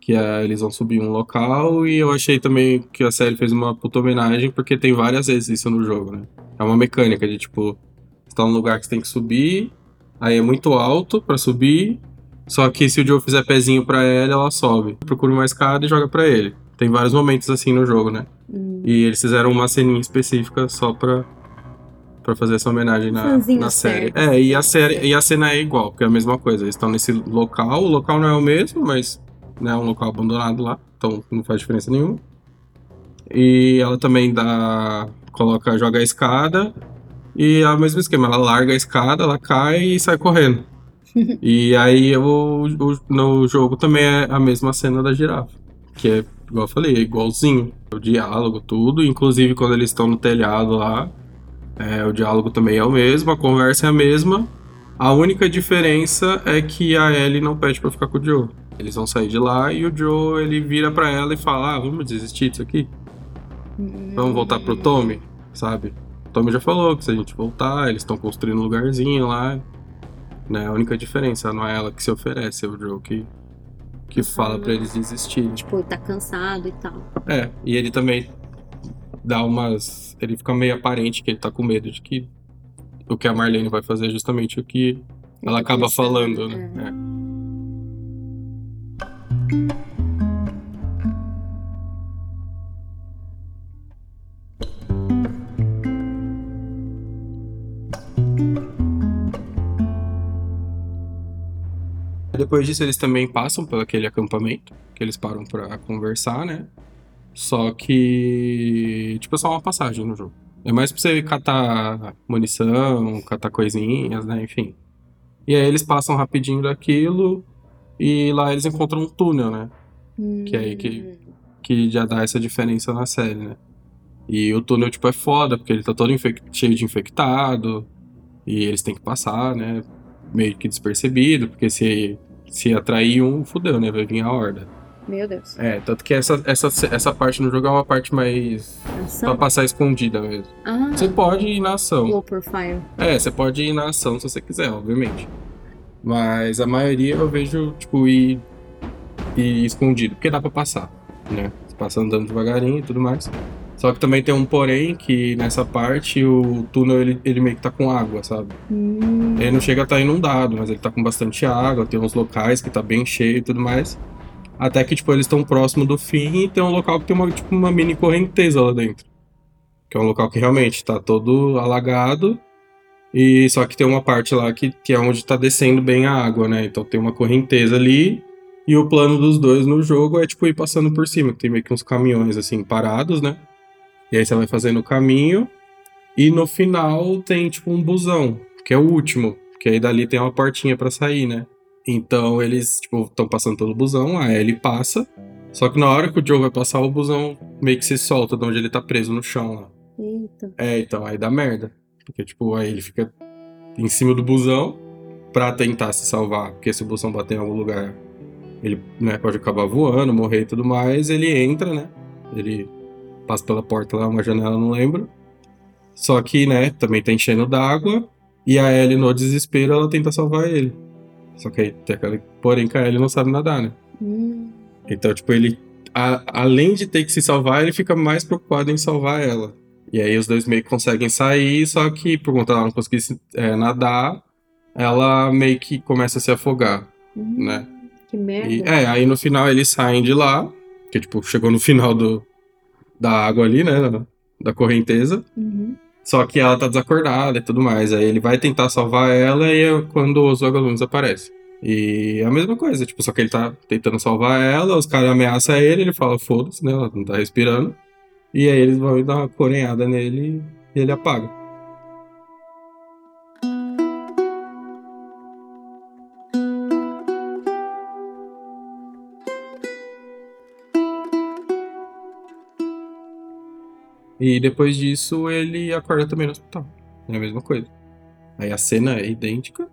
S1: que é, eles vão subir um local, e eu achei também que a série fez uma puta homenagem, porque tem várias vezes isso no jogo, né? É uma mecânica de tipo, você tá num lugar que você tem que subir, aí é muito alto pra subir, só que se o Joe fizer pezinho pra ela, ela sobe. Procura uma escada e joga pra ele. Tem vários momentos assim no jogo, né?
S2: Hum.
S1: E eles fizeram uma ceninha específica só pra, pra fazer essa homenagem na,
S2: Fãzinho
S1: na série.
S2: certo.
S1: É, e a série e a cena é igual, porque é a mesma coisa. Eles estão nesse local, o local não é o mesmo, mas né, é um local abandonado lá, então não faz diferença nenhuma. E ela também dá. coloca, joga a escada. E é o mesmo esquema, ela larga a escada, ela cai e sai correndo. e aí o, o- no jogo também é a mesma cena da girafa. Que é, igual eu falei, é igualzinho. O diálogo, tudo. Inclusive quando eles estão no telhado lá, é, o diálogo também é o mesmo, a conversa é a mesma. A única diferença é que a Ellie não pede pra ficar com o Joe. Eles vão sair de lá e o Joe ele vira pra ela e fala: ah, vamos desistir disso aqui. Vamos voltar pro Tommy, sabe? O Tommy já falou que se a gente voltar, eles estão construindo um lugarzinho lá. Né? A única diferença não é ela que se oferece, é o Joe que, que fala pra eles desistirem.
S2: Tipo, tá cansado e tal.
S1: É, e ele também dá umas. Ele fica meio aparente que ele tá com medo de que o que a Marlene vai fazer é justamente o que
S2: Ele
S1: ela
S2: tá
S1: acaba
S2: pensando,
S1: falando,
S2: é.
S1: né? É. Depois disso, eles também passam por aquele acampamento, que eles param pra conversar, né? Só que, tipo, é só uma passagem no jogo. É mais pra você catar munição, catar coisinhas, né? Enfim. E aí eles passam rapidinho daquilo e lá eles encontram um túnel, né? Que aí
S2: Uhum.
S1: que- Que já dá essa diferença na série, né? E o túnel, tipo, é foda, porque ele tá todo infec- cheio de infectado e eles têm que passar, né? Meio que despercebido, porque se, se atrair um, fudeu, né? Vai vir a horda.
S2: Meu Deus. tá
S1: É, tanto que essa, essa, essa parte no jogo é uma parte mais. pra
S2: Ação?
S1: passar escondida mesmo.
S2: Ah,
S1: Você tá pode ir na ação.
S2: low profile.
S1: É, você pode ir na ação se você quiser, obviamente. Mas a maioria eu vejo, tipo, ir, ir escondido, porque dá pra passar, né? Você passa andando devagarinho e tudo mais. Só que também tem um porém que nessa parte o túnel ele, ele meio que tá com água, sabe?
S2: Hum,
S1: Ele não chega a estar inundado, mas ele tá com bastante água, tem uns locais que tá bem cheio e tudo mais. Até que, tipo, eles estão próximo do fim e tem um local que tem uma, tipo, uma mini correnteza lá dentro. Que é um local que realmente tá todo alagado. E só que tem uma parte lá que, que é onde tá descendo bem a água, né? Então tem uma correnteza ali. E o plano dos dois no jogo é, tipo, ir passando por cima. que Tem meio que uns caminhões, assim, parados, né? E aí você vai fazendo o caminho. E no final tem tipo um busão, que é o último, que aí dali tem uma portinha pra sair, né? Então eles, tipo, estão passando pelo busão, a Ellie passa. Só que na hora que o Joe vai passar, o busão meio que se solta de onde ele tá preso no chão lá.
S2: eita.
S1: É, então, aí dá merda. Porque, tipo, aí ele fica em cima do busão pra tentar se salvar. Porque se o busão bater em algum lugar, ele né, pode acabar voando, morrer e tudo mais. Ele entra, né? Ele passa pela porta lá, uma janela, não lembro. Só que, né, também tá enchendo d'água. E a Ellie, no desespero, ela tenta salvar ele. Só que aí tem aquela. Porém, que a Ellie não sabe nadar, né?
S2: Hum,
S1: Então, tipo, ele. a- além de ter que se salvar, ele fica mais preocupado em salvar ela. E aí os dois meio que conseguem sair, só que por conta dela não conseguir se- é, nadar, ela meio que começa a se afogar,
S2: hum,
S1: né?
S2: Que merda.
S1: E, é, aí no final eles saem de lá, que tipo, chegou no final do, da água ali, né? da- Da correnteza.
S2: Uhum.
S1: Só que ela tá desacordada e tudo mais. Aí ele vai tentar salvar ela e é quando os vagalumes aparecem. E é a mesma coisa, tipo, só que ele tá tentando salvar ela, os caras ameaçam ele, ele fala, foda-se, né? Ela não tá respirando. E aí eles vão dar uma corenhada nele e ele apaga. E depois disso ele acorda também no hospital. É a mesma coisa. Aí a cena é idêntica,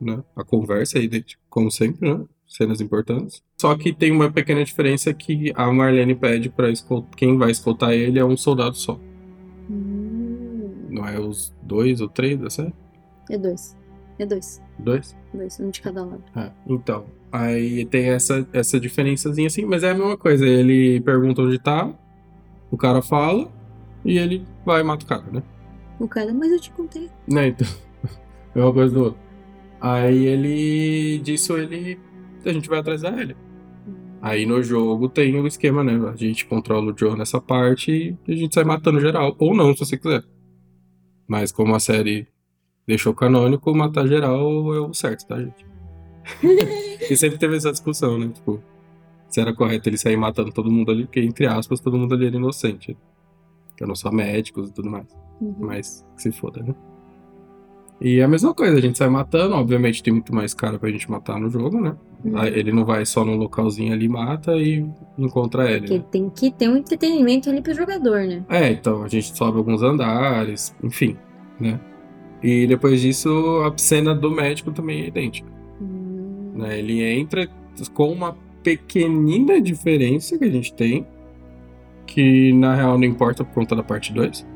S1: né? A conversa é idêntica, como sempre, né? Cenas importantes. Só que tem uma pequena diferença que a Marlene pede pra escol- quem vai escoltar ele é um soldado só.
S2: Hum,
S1: Não é os dois ou três, é sério?
S2: É dois. É dois.
S1: Dois?
S2: Dois, um de cada lado.
S1: É. Então, aí tem essa, essa diferençazinha assim, mas é a mesma coisa. Ele pergunta onde tá, o cara fala, e ele vai e mata o cara, né?
S2: O cara, mas eu te contei.
S1: Né, então. É uma coisa do outro. Aí ele. Disso ele. A gente vai atrás da Ellie. Aí no jogo tem o esquema, né? A gente controla o Joe nessa parte e a gente sai matando geral. Ou não, se você quiser. Mas como a série deixou canônico, matar geral é o certo, tá, gente? e sempre teve essa discussão, né? Tipo, se era correto ele sair matando todo mundo ali, porque, entre aspas, todo mundo ali era inocente. Que eu não sou médicos e tudo mais.
S2: Uhum.
S1: Mas que se foda, né? E é a mesma coisa, a gente sai matando, obviamente tem muito mais cara pra gente matar no jogo, né?
S2: Uhum.
S1: Aí Ele não vai só num localzinho ali, mata e encontra ele.
S2: Porque
S1: né?
S2: tem que ter um entretenimento ali pro jogador, né?
S1: É, então a gente sobe alguns andares, enfim, né? E depois disso, a cena do médico também é idêntica.
S2: Hum,
S1: né? Ele entra com uma pequenina diferença que a gente tem, que na real não importa por conta da parte 2.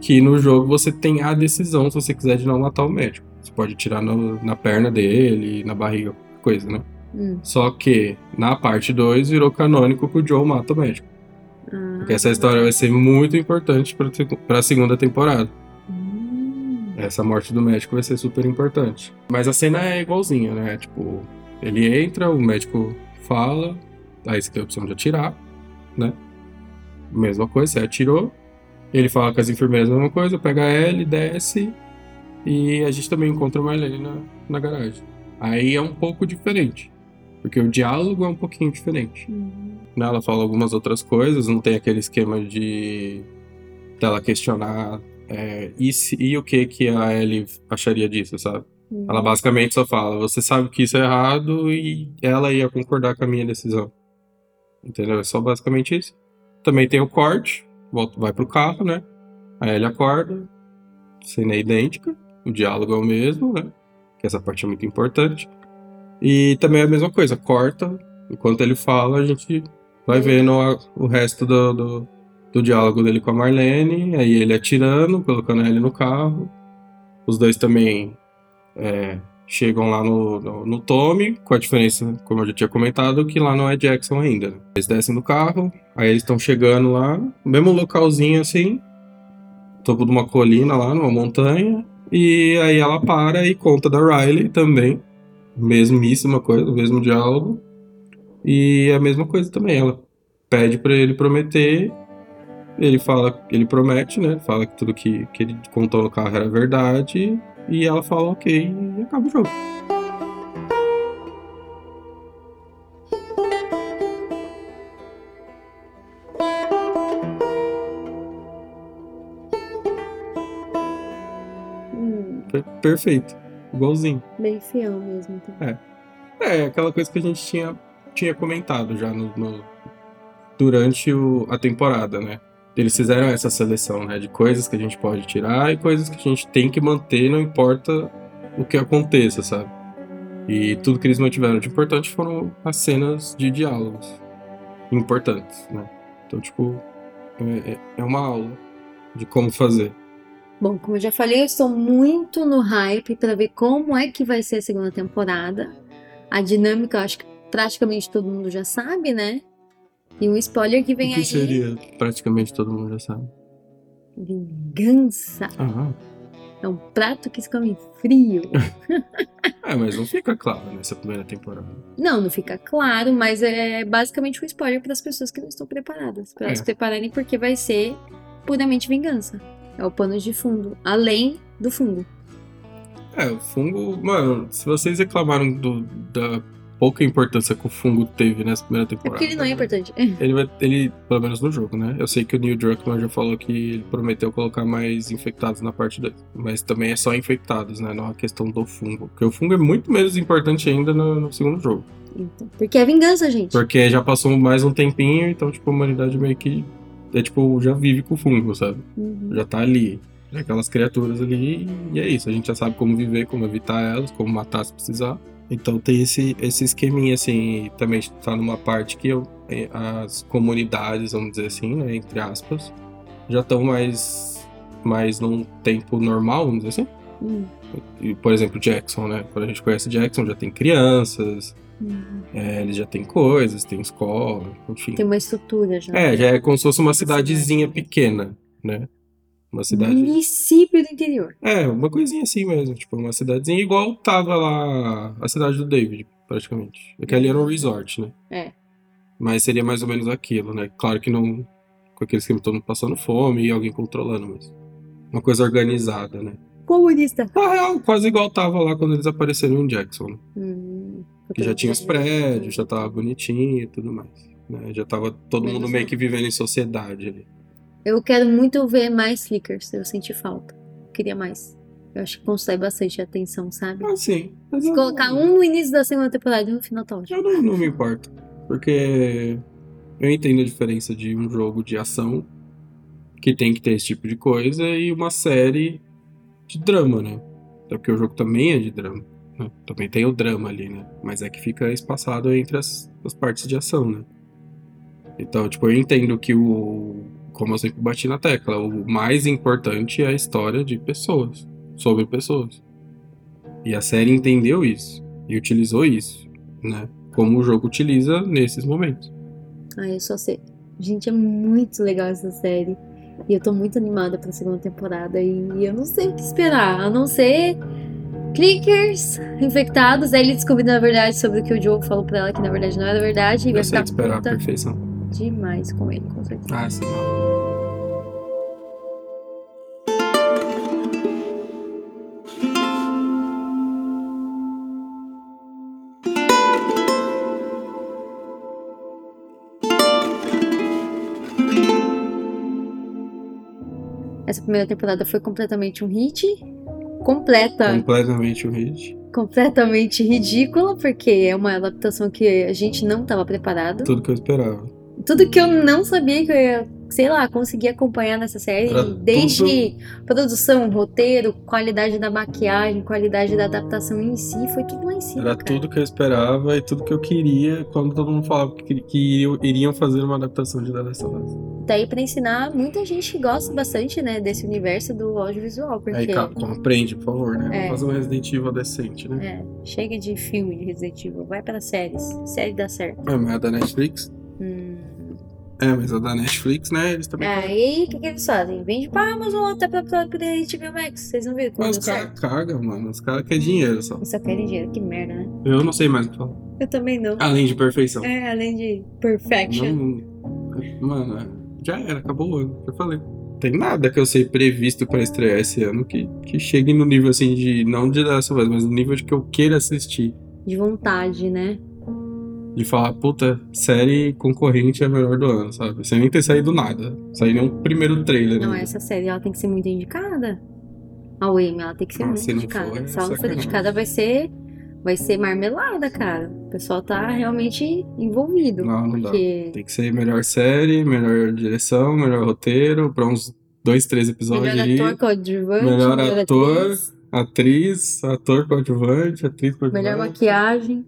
S1: Que no jogo você tem a decisão se você quiser de não matar o médico. Você pode tirar no- na perna dele, na barriga, coisa, né?
S2: Hum.
S1: Só que na parte 2 virou canônico que o Joe mata o médico.
S2: Ah.
S1: Porque essa história vai ser muito importante pra seg- pra segunda temporada.
S2: Hum.
S1: Essa morte do médico vai ser super importante. Mas a cena é igualzinha, né? Tipo, ele entra, o médico fala, aí você tem a opção de atirar, né? Mesma coisa, você atirou. Ele fala com as enfermeiras a mesma coisa, pega ele, desce. E a gente também encontra a Marlene na, na garagem. Aí é um pouco diferente. Porque o diálogo é um pouquinho diferente.
S2: Hum.
S1: né? Ela fala algumas outras coisas, não tem aquele esquema de dela questionar é, e, se- e o que que a Ellie acharia disso, sabe? Ela basicamente só fala, você sabe que isso é errado e ela ia concordar com a minha decisão. Entendeu? É só basicamente isso. Também tem o corte, volta, vai pro carro, né? A Ellie acorda, cena é idêntica, o diálogo é o mesmo, né? Que essa parte é muito importante. E também é a mesma coisa, corta, enquanto ele fala, a gente vai vendo a- o resto do, do, do diálogo dele com a Marlene, aí ele atirando, colocando ele no carro. Os dois também é, chegam lá no, no, no Tommy, com a diferença, como eu já tinha comentado, que lá não é Jackson ainda. né? Eles descem do carro, aí eles estão chegando lá, mesmo localzinho assim, topo de uma colina lá, numa montanha, e aí ela para e conta da Riley também, mesmíssima coisa, o mesmo diálogo, e é a mesma coisa também, ela pede pra ele prometer, ele fala, ele promete, né, fala que tudo que, que ele contou no carro era verdade, e ela fala ok e acaba o jogo.
S2: Hum,
S1: Per- perfeito. Igualzinho.
S2: bem fiel mesmo. Então.
S1: É, aquela coisa que a gente tinha, tinha comentado já no, no- durante o- a temporada, né? Eles fizeram essa seleção, né? De coisas que a gente pode tirar e coisas que a gente tem que manter, não importa o que aconteça, sabe? E tudo que eles mantiveram de importante foram as cenas de diálogos importantes, né? Então, tipo, é- é- é uma aula de como fazer.
S2: Bom, como eu já falei, eu estou muito no hype para ver como é que vai ser a segunda temporada. A dinâmica, eu acho que praticamente todo mundo já sabe, né? E um spoiler que
S1: O
S2: vem
S1: que
S2: aí.
S1: seria? Praticamente todo mundo já sabe.
S2: Vingança.
S1: Aham.
S2: É um prato que se come frio.
S1: É, mas não fica claro nessa primeira temporada.
S2: Não, não fica claro, mas é basicamente um spoiler para as pessoas que não estão preparadas. Para elas
S1: É.
S2: se prepararem, porque vai ser puramente vingança. É o pano de fundo. Além do fundo.
S1: É, o fungo. Mano, se vocês reclamaram do- da pouca importância que o fungo teve nessa primeira
S2: É
S1: temporada.
S2: porque ele não é importante.
S1: Ele vai. Ele, pelo menos no jogo, né? Eu sei que o Neil Druckmann já falou que ele prometeu colocar mais infectados na parte 2. Mas também é só infectados, né? Não é a questão do fungo. Porque o fungo é muito menos importante ainda no, no segundo jogo.
S2: Então, porque é vingança, gente.
S1: Porque já passou mais um tempinho, então, tipo, a humanidade meio que. É tipo, já vive com o fungo, sabe?
S2: Uhum.
S1: já tá ali. É Aquelas criaturas ali, e é isso. A gente já sabe como viver, como evitar elas, como matar se precisar. Então tem esse, esse esqueminha, assim, e também tá numa parte que eu- eh, as comunidades, vamos dizer assim, né, entre aspas, já estão mais, mais num tempo normal, vamos dizer assim.
S2: Uhum.
S1: E, por exemplo, Jackson, né? Quando a gente conhece Jackson, já tem crianças,
S2: Uhum.
S1: eh, eles já tem coisas, tem escola, enfim.
S2: Tem uma estrutura já.
S1: É, já é como se fosse uma
S2: Cidade.
S1: cidadezinha pequena, né? Uma cidade
S2: Município do interior.
S1: é, uma coisinha assim mesmo, tipo, uma cidadezinha igual tava lá a cidade do David, praticamente. É que ali era um resort, né?
S2: É.
S1: Mas seria mais ou menos aquilo, né? Claro que não com aquele esquema todo mundo passando fome e alguém controlando, mas uma coisa organizada, né?
S2: Comunista.
S1: Na real, quase igual tava lá quando eles apareceram em Jackson, né?
S2: Hum,
S1: Que já tinha os prédios, já tava bonitinho e tudo mais. Né? Já tava todo
S2: Menos
S1: mundo meio
S2: não.
S1: que vivendo em sociedade ali.
S2: Eu quero muito ver mais Flickers. Eu senti falta. Queria mais. Eu acho que consegue bastante atenção, sabe?
S1: Ah, sim. Mas
S2: Se
S1: eu-
S2: colocar um no início da segunda temporada e um no final tá ótimo.
S1: Eu não, não me importo. Porque eu entendo a diferença de um jogo de ação que tem que ter esse tipo de coisa e uma série de drama, né? Até porque o jogo também é de drama. né? Também tem o drama ali, né? Mas é que fica espaçado entre as, as partes de ação, né? Então, tipo, eu entendo que o. Como eu sempre bati na tecla, o mais importante é a história de pessoas, sobre pessoas. E a série entendeu isso e utilizou isso, né? Como o jogo utiliza nesses momentos.
S2: Ah, eu só sei. Gente, é muito legal essa série. E eu tô muito animada pra segunda temporada. E eu não sei o que esperar, a não ser clickers infectados. Aí ele descobriu, na verdade, sobre o que o Joe falou pra ela, que na verdade não era verdade. E vai
S1: Eu sei
S2: ficar
S1: de esperar a
S2: puta
S1: perfeição.
S2: demais com ele, com certeza.
S1: Ah, sim. Ah.
S2: Essa primeira temporada foi completamente um hit. Completa.
S1: Completamente o hit.
S2: completamente ridícula, porque é uma adaptação que a gente não estava preparado.
S1: Tudo que eu esperava.
S2: Tudo que eu não sabia que eu ia, sei lá, conseguir acompanhar nessa série,
S1: Era
S2: desde produção, roteiro, qualidade da maquiagem, qualidade da adaptação em si, foi tudo lá em cima.
S1: Era
S2: cara.
S1: tudo que eu esperava e tudo que eu queria quando todo mundo falava que, que iriam- iriam fazer uma adaptação de The Last of Us.
S2: Daí pra ensinar muita gente que gosta bastante, né, desse universo do audiovisual, porque
S1: Aí, Capcom, aprende, por favor, né? Vamos
S2: É.
S1: fazer um Resident Evil decente, né?
S2: é, chega de filme de Resident Evil, vai para séries. Série dá certo.
S1: É, mas a da Netflix.
S2: Hum.
S1: É, mas a da Netflix, né? Eles também.
S2: É, Aí, o que, que eles fazem? Vende pra Amazon até pra própria HBO Max. Vocês não viram como
S1: Mas
S2: deu
S1: os
S2: certo?
S1: caras cagam, mano. Os caras querem dinheiro só.
S2: Eu só quero dinheiro, que merda, né?
S1: Eu não sei mais o que falar.
S2: Eu também não.
S1: Além de perfeição.
S2: É, além de perfection.
S1: Não- mano, é, já era, acabou o ano, já falei. Tem nada que eu sei previsto pra estrear esse ano que, que chegue no nível assim de. Não de dar essa voz, mas no nível de que eu queira assistir.
S2: De vontade, né?
S1: De falar, puta, série concorrente é a melhor do ano, sabe? Sem nem ter saído nada. Sair nem um primeiro trailer.
S2: Não, é assim.
S1: ainda.
S2: essa série ela tem que ser muito indicada. A Wayne, ela tem que ser
S1: Ah,
S2: muito
S1: se não
S2: indicada.
S1: for, é
S2: Se ela não for
S1: sacanagem.
S2: indicada, vai ser. Vai ser marmelada, cara. O pessoal tá realmente envolvido.
S1: Não, não dá.
S2: porque
S1: Tem que ser melhor série, melhor direção, melhor roteiro, pra uns dois, três episódios
S2: melhor
S1: aí.
S2: ator coadjuvante,
S1: Melhor ator,
S2: atriz,
S1: Atriz, ator coadjuvante, atriz coadjuvante.
S2: melhor maquiagem,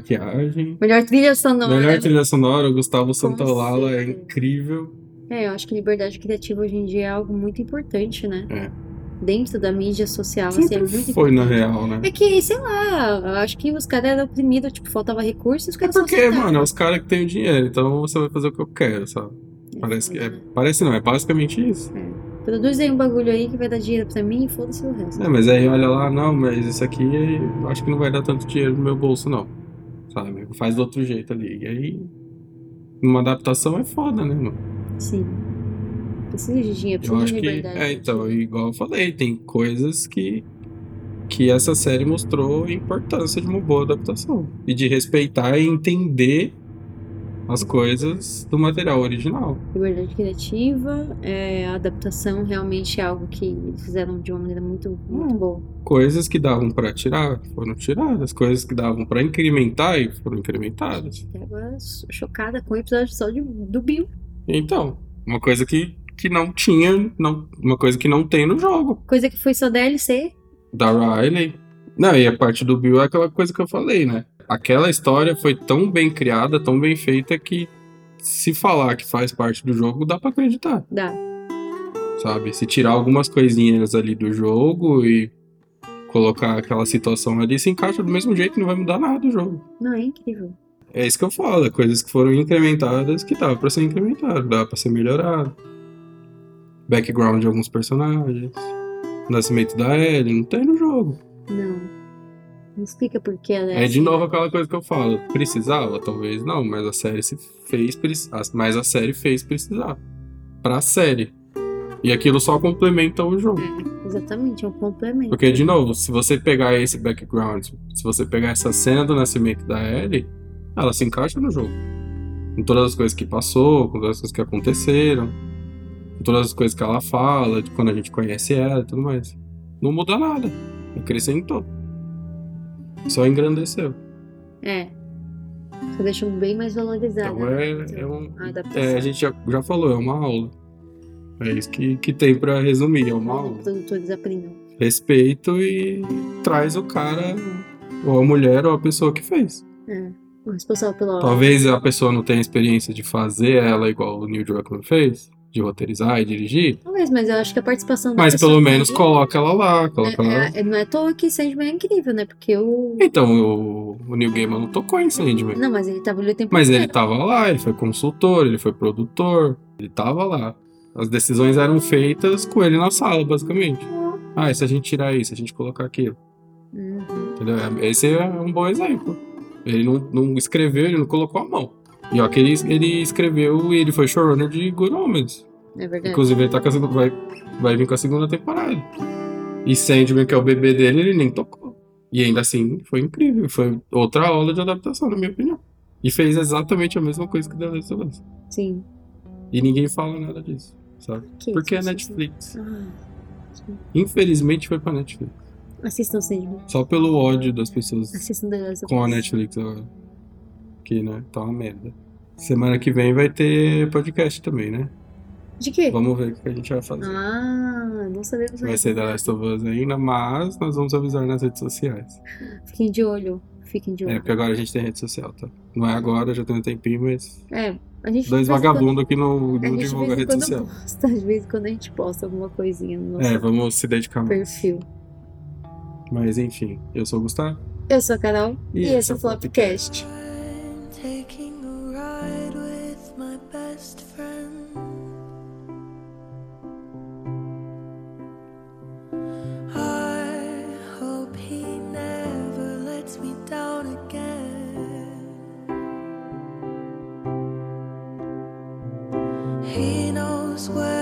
S1: Maquiagem.
S2: melhor trilha sonora. né?
S1: Melhor trilha sonora, o Gustavo
S2: Como
S1: Santaolala é
S2: sempre.
S1: incrível.
S2: É, eu acho que liberdade criativa hoje em dia é algo muito importante, né?
S1: É.
S2: Dentro da mídia social, assim, é
S1: Sempre
S2: muito
S1: foi, na
S2: importante.
S1: real, né?
S2: É que, sei lá, eu acho que os caras eram oprimidos, tipo, faltava recurso e os caras só
S1: Porque,
S2: aceitaram.
S1: mano, é os caras que têm o dinheiro, então você vai fazer o que eu quero, sabe? Parece que é, parece não, é basicamente isso.
S2: Produz aí um bagulho aí que vai dar dinheiro pra mim e foda-se o resto.
S1: É, mas aí olha lá, não, mas isso aqui é, eu acho que não vai dar tanto dinheiro no meu bolso, não. Sabe? Faz do outro jeito ali. E aí, numa adaptação é foda, né, mano?
S2: Sim. Precisa de dinheiro,
S1: Eu
S2: precisa
S1: acho
S2: de
S1: que.
S2: liberdade.
S1: É, então, igual eu falei, tem coisas que. Que essa série mostrou a importância de uma boa adaptação. E de respeitar e entender as coisas do material original.
S2: Liberdade criativa, é, a adaptação realmente é algo que eles fizeram de uma maneira muito, muito
S1: Hum.
S2: boa.
S1: Coisas que davam pra tirar foram tiradas. Coisas que davam pra incrementar e foram incrementadas.
S2: Até agora, sou chocada com o episódio só de, do Bill.
S1: Então, uma coisa que, que não tinha, não, uma coisa que não tem no jogo.
S2: Coisa que foi só DLC.
S1: Da Riley. Não, e a parte do Bill é aquela coisa que eu falei, né? Aquela história foi tão bem criada, tão bem feita que se falar que faz parte do jogo, dá pra acreditar,
S2: Dá.
S1: sabe? Se tirar algumas coisinhas ali do jogo e colocar aquela situação ali, se encaixa do mesmo jeito, não vai mudar nada o jogo.
S2: Não, é incrível.
S1: É isso que eu falo, é coisas que foram incrementadas que dava pra ser incrementado, dava pra ser melhorado. Background de alguns personagens, nascimento da Ellie, não tem no jogo.
S2: Não. Não explica por que ela é.
S1: É de
S2: assim.
S1: novo aquela coisa que eu falo, precisava, talvez não, mas a série se fez precisar, mas a série fez precisar pra série. E aquilo só complementa o jogo.
S2: Exatamente, é um complemento.
S1: Porque, de novo, se você pegar esse background, se você pegar essa cena do nascimento da Ellie, ela se encaixa no jogo. Com todas as coisas que passou, com todas as coisas que aconteceram, com todas as coisas que ela fala, de quando a gente conhece ela e tudo mais. Não muda nada. Acrescentou. Só engrandeceu.
S2: É. Só deixa bem mais valorizado.
S1: Então é, é um.
S2: A adaptação.
S1: É, a gente já, já falou, é uma aula. É isso que, que tem pra resumir, é uma aula.
S2: Os produtores aprendam.
S1: respeito e traz o cara, ou a mulher, ou a pessoa que fez.
S2: É. o responsável pela obra.
S1: Talvez a pessoa não tenha experiência de fazer ela igual o Neil Druckmann fez, de roteirizar e dirigir,
S2: Talvez, mas eu acho que a participação da
S1: mas
S2: pessoa
S1: pelo menos
S2: ali-
S1: coloca né? ela lá, coloca ela lá.
S2: É, é, não é à toa que Sandman é incrível, né? Porque o.
S1: Então, o, o Neil Gaiman não tocou em Sandman.
S2: Não, mas ele tava ali o tempo
S1: Mas ele
S2: inteiro.
S1: tava lá, ele foi consultor, ele foi produtor, ele tava lá. As decisões eram feitas com ele na sala, basicamente. Ah, e se a gente tirar isso, se a gente colocar aquilo,
S2: Uhum.
S1: entendeu? É- Esse é um bom exemplo. Ele não, não escreveu, ele não colocou a mão. E ó, que ele, ele escreveu e ele foi showrunner de Good Omens.
S2: É verdade.
S1: Inclusive, ele tá com a segunda, vai, vai vir com a segunda temporada. E Sandman, que é o bebê dele, ele nem tocou. E ainda assim, foi incrível. Foi outra aula de adaptação, na minha opinião. E fez exatamente a mesma coisa que The Last of Us.
S2: Sim.
S1: E ninguém fala nada disso, sabe?
S2: Que
S1: Porque é
S2: isso,
S1: Netflix.
S2: Ah,
S1: Infelizmente foi pra Netflix.
S2: assistam Sandman.
S1: Só pelo ódio das pessoas
S2: Assistam The Last of
S1: com a
S2: Us.
S1: Netflix agora. Que, né? Tá uma merda. Semana que vem vai ter podcast também, né?
S2: De quê?
S1: Vamos ver o que a gente vai fazer.
S2: Ah, não sabemos
S1: Vai
S2: mais.
S1: ser The Last of Us ainda, mas nós vamos avisar nas redes sociais.
S2: Fiquem de olho. Fiquem de
S1: É,
S2: olho.
S1: porque agora a gente tem rede social, tá? Não é agora, já tem um tempinho, mas.
S2: É, a
S1: Dois
S2: gente. de vez em quando-
S1: vagabundos aqui não,
S2: A
S1: não
S2: gente de
S1: divulga a
S2: vez em
S1: rede
S2: quando
S1: social.
S2: posta, de vez em quando a gente posta alguma coisinha no nosso
S1: É, vamos se dedicar mais.
S2: perfil.
S1: Mas enfim, eu sou o Gustavo.
S2: Eu sou a Carol e, esse é o
S1: Flopcast.
S2: Flopcast.
S4: I'm taking a ride with my best friend. I hope he never lets me down again. He knows where